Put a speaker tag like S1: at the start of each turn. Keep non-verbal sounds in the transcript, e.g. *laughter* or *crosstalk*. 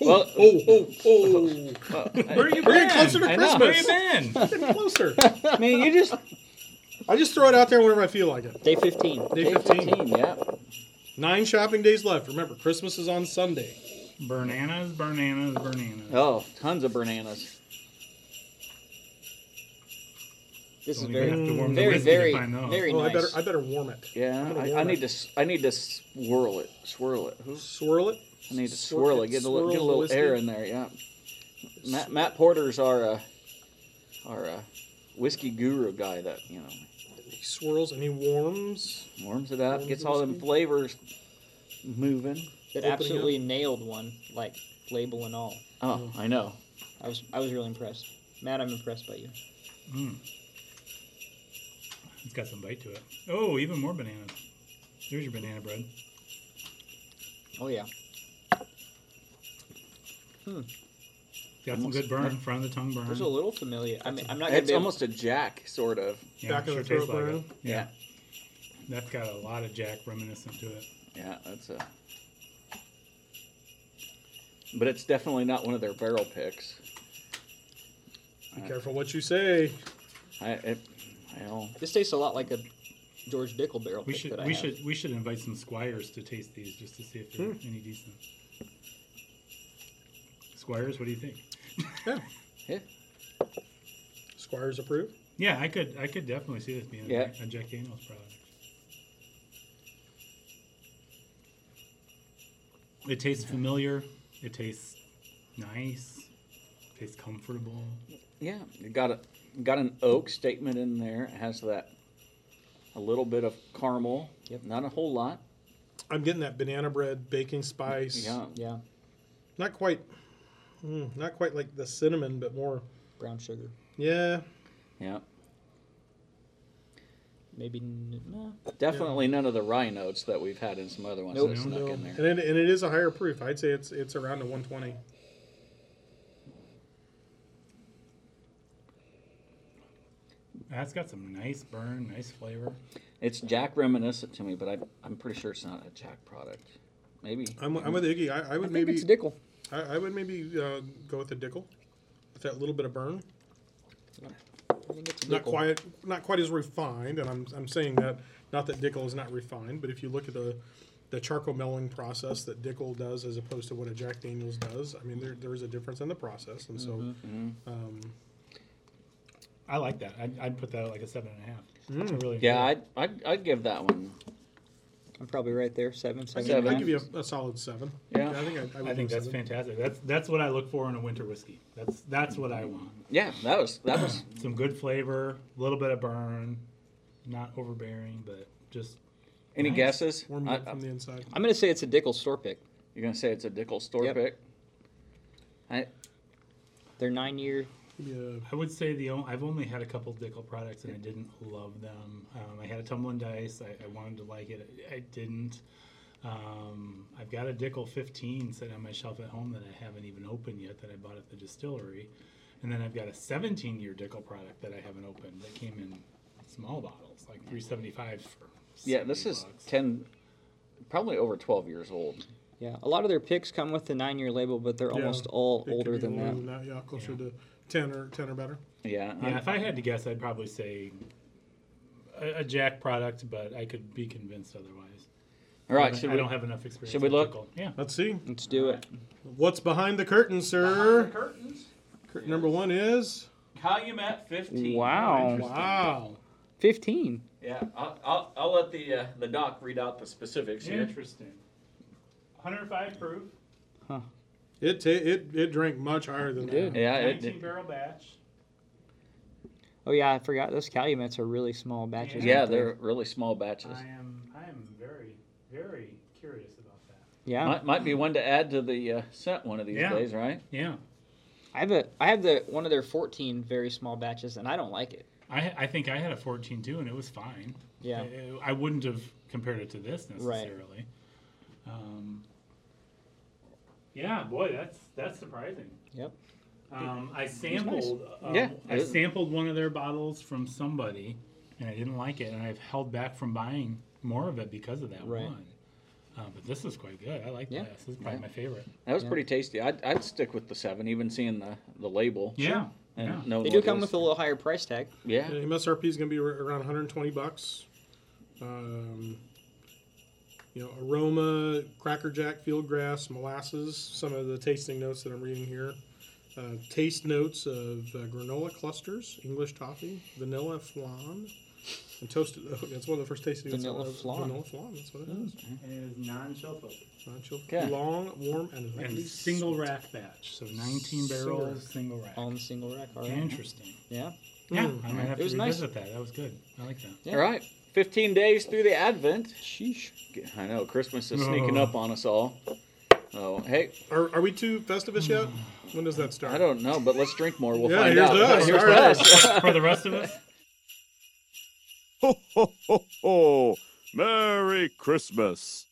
S1: Well,
S2: Oh, oh, oh.
S1: I,
S3: you
S2: We're getting closer to
S1: I know.
S3: Where
S2: Christmas.
S3: you been?
S2: Getting closer.
S1: I mean, you just
S2: I just throw it out there whenever I feel like it.
S1: day fifteen.
S2: Day 15.
S1: Yeah.
S2: Nine shopping days left. Remember, Christmas is on Sunday.
S3: Bananas, bananas, bananas.
S1: Oh, tons of bananas. This is
S3: Don't
S1: very,
S3: even have to warm the
S1: very,
S3: whiskey to
S1: very,
S3: find those.
S1: very
S2: oh,
S1: nice.
S2: I better, I better warm it.
S1: yeah,
S2: I'm gonna
S1: I, I
S2: warm
S1: need
S2: it.
S1: to, s- I need to swirl it, swirl it. Who-
S2: swirl it.
S1: I need to
S2: Swir-
S1: swirl it, get a little,
S2: swirl
S1: get a
S2: the
S1: little
S2: whiskey.
S1: air in there. Yeah. Matt, Matt Porter's our, uh, our uh, whiskey guru guy that you know
S2: He swirls and he warms.
S1: warms it up,
S2: Warms
S1: gets
S2: the
S1: all them
S2: whiskey.
S1: flavors moving.
S4: That
S2: Opening
S4: absolutely nailed one, like label and all.
S1: Oh, I know.
S4: I was I was really impressed. Matt, I'm impressed by you.
S3: Mm. It's got some bite to it. Oh, even more bananas. There's your banana bread.
S4: Oh yeah.
S3: Got some
S1: Almost-
S3: good burn, front of the tongue burn.
S2: Mm.
S4: There's a little familiar. I mean, I'm not gonna
S1: It's
S4: be able-
S1: almost a jack, sort of.
S3: yeah,
S2: Back of
S3: sure
S2: the throat
S3: tastes like
S2: burn.
S3: it. Yeah. That's got a lot of Jack reminiscent to it.
S1: Yeah, that's a. But it's definitely not one of their barrel picks.
S2: Be careful what you say.
S1: I, it, I don't.
S4: This tastes a lot like a George Dickel barrel
S3: We
S4: pick
S3: should
S4: that I
S3: we
S4: have.
S3: should we should invite some squires to taste these just to see if they're any decent. Squires, what do you think?
S2: Yeah.
S1: Yeah.
S2: Squires approve.
S3: Yeah, I could I could definitely see this being a
S1: Yeah.
S3: Jack- a Jack Daniels product. It tastes familiar. It tastes nice. tastes comfortable.
S1: Yeah, it got a got an oak statement in there. It has that a little bit of caramel.
S4: Yep.
S1: Not a whole lot.
S2: I'm getting that banana bread, baking spice.
S1: Yeah.
S4: Yeah,
S2: Not quite. mm, not quite like the cinnamon, but more.
S4: brown sugar.
S2: Yeah.
S1: Yeah.
S4: Maybe n- no.
S1: Definitely none of the rye notes that we've had in some other ones
S4: Nope.
S1: that snuck
S2: No. And
S1: in there.
S2: it, and it is a higher proof. I'd say it's it's around a 120.
S3: That's got some nice burn, nice flavor.
S1: It's Jack reminiscent to me, but I, I'm pretty sure it's not a Jack product. Maybe.
S2: I'm, I'm with Iggy. I, I would
S4: I think
S2: maybe
S4: it's Dickel.
S2: I, I would maybe uh, go with the Dickel, with that little bit of burn.
S4: I think it's a Dickel.
S2: Not quite not quite as refined, and I'm, I'm saying that not that Dickel is not refined, but if you look at the the charcoal mellowing process that Dickel does as opposed to what a Jack Daniels does, I mean there, there is a difference in the process, and so um,
S3: I like that. I'd, I'd put that at like a seven and a half. I really
S1: Mm. Yeah,
S3: enjoy it.
S1: I'd, I'd, I'd give that one.
S4: I'm probably right there. Seven, seven.
S1: Seven.
S2: I'd give you a, a solid seven.
S1: Yeah.
S2: I think I, I, would
S3: I think
S2: do
S3: that's
S2: seven.
S3: fantastic. That's that's what I look for in a winter whiskey. That's that's what I want.
S1: Yeah, that was that was
S4: *clears throat*
S3: Some good flavor, a little bit of burn, not overbearing, but just
S1: Any
S3: Nice.
S1: guesses?
S2: warm
S1: I-
S2: milk
S1: I-
S2: from the inside.
S4: I'm gonna say it's a Dickel store pick.
S1: you're gonna say it's a Dickel store
S4: Yep.
S1: pick. I,
S4: They're nine year.
S2: Give me
S3: I would say the only, I've only had a couple Dickel products and I didn't love them. Um, I had a Tumble and Dice. I, I wanted to like it. I, I didn't. Um, I've got a Dickel 15 sitting on my shelf at home that I haven't even opened yet that I bought at the distillery. And then I've got a 17 year Dickel product that I haven't opened that came in small bottles, like 375 for.
S1: yeah, this
S3: 70
S1: is
S3: bucks.
S1: ten, probably over twelve years old.
S4: Yeah, a lot of their picks come with the nine year label, but they're
S2: Yeah.
S4: almost all
S2: a-
S4: older than that.
S2: than that. Yeah, closer to ten or ten or better.
S1: Yeah,
S3: Yeah,
S1: I'm-
S3: if I had to guess, I'd probably say a, a Jack product, but I could be convinced otherwise.
S1: all right.
S3: I,
S1: Should
S3: I
S1: we,
S3: don't have enough experience.
S1: should we
S3: with
S1: look?
S3: Dickel. Yeah.
S2: Let's see
S4: Let's do it.
S2: what's behind the curtain, sir.
S3: curtains.
S2: Number one is
S1: Calumet fifteen.
S3: Oh,
S4: Wow.
S2: wow.
S4: Fifteen.
S1: Yeah, I'll, I'll, I'll let the uh, the doc read out the specifics here.
S3: Interesting. 105 proof,
S2: It ta- it it drank much higher than
S4: did.
S2: that.
S1: Yeah, Uh, it,
S3: 19
S1: it-
S3: barrel batch.
S4: Oh yeah, I forgot. Those Calumets are really small batches.
S3: barrel.
S1: yeah,
S4: aren't they?
S1: they're really small batches.
S3: I am I am very very curious about that.
S4: Yeah.
S1: Might, might be one to add to the uh, scent one of these
S3: Yeah.
S1: days, right?
S3: Yeah,
S4: I have a I have the one of their fourteen very small batches, and I don't like it.
S3: I I think I had a 14 too, and it was fine.
S4: Yeah.
S3: I, I wouldn't have compared it to this necessarily. Um, yeah, boy, that's that's surprising.
S4: Yep.
S3: Um, I sampled. Um,
S1: Yeah,
S3: I
S1: it is.
S3: sampled one of their bottles from somebody, and I didn't like it, and I've held back from buying more of it because of that
S4: Right.
S3: one. Um, but this is quite good. I like
S4: Yeah.
S3: this. This is probably
S1: Yeah.
S3: my favorite.
S1: That was
S4: Yeah.
S1: pretty tasty. I'd, I'd stick with the seven, even seeing the, the label.
S3: Yeah.
S1: And
S3: yeah.
S1: knowing
S4: They
S1: what
S4: do
S1: it
S4: come
S1: is.
S4: with a little higher price tag.
S1: Yeah.
S2: Yeah, MSRP is going to be ar- around 120 bucks. Um, you know, aroma, cracker jack, field grass, molasses. Some of the tasting notes that I'm reading here. Uh, taste notes of uh, granola clusters, English toffee, vanilla flan, and toasted oat. That's one of the first tasting notes. I
S4: Vanilla
S2: love.
S4: flan. Hmm.
S2: Vanilla flan. That's what it is.
S5: And it is non-shelf life.
S2: Not chill-
S1: Okay.
S2: Long, warm, and
S3: And
S2: lightly
S3: single rack batch. So 19 barrels, single rack.
S4: On the single rack, all right.
S3: Interesting.
S4: Yeah.
S3: Yeah.
S2: Mm.
S3: I might have
S4: It was
S3: to
S4: nice.
S3: revisit that. That was good. I like that.
S4: Yeah.
S1: All right. 15 days through the Advent.
S4: Sheesh.
S1: I know, Christmas is sneaking
S3: Oh.
S1: up on us all. Oh, hey,
S2: Are, are we too Festivus yet? When does that start?
S1: I don't know, but let's drink more. We'll
S2: Yeah,
S1: find
S2: here's
S1: out.
S2: to us.
S1: Here's
S2: All
S1: to
S2: right.
S1: us.
S3: For the rest of us,
S6: Ho, ho, ho, ho! Merry Christmas!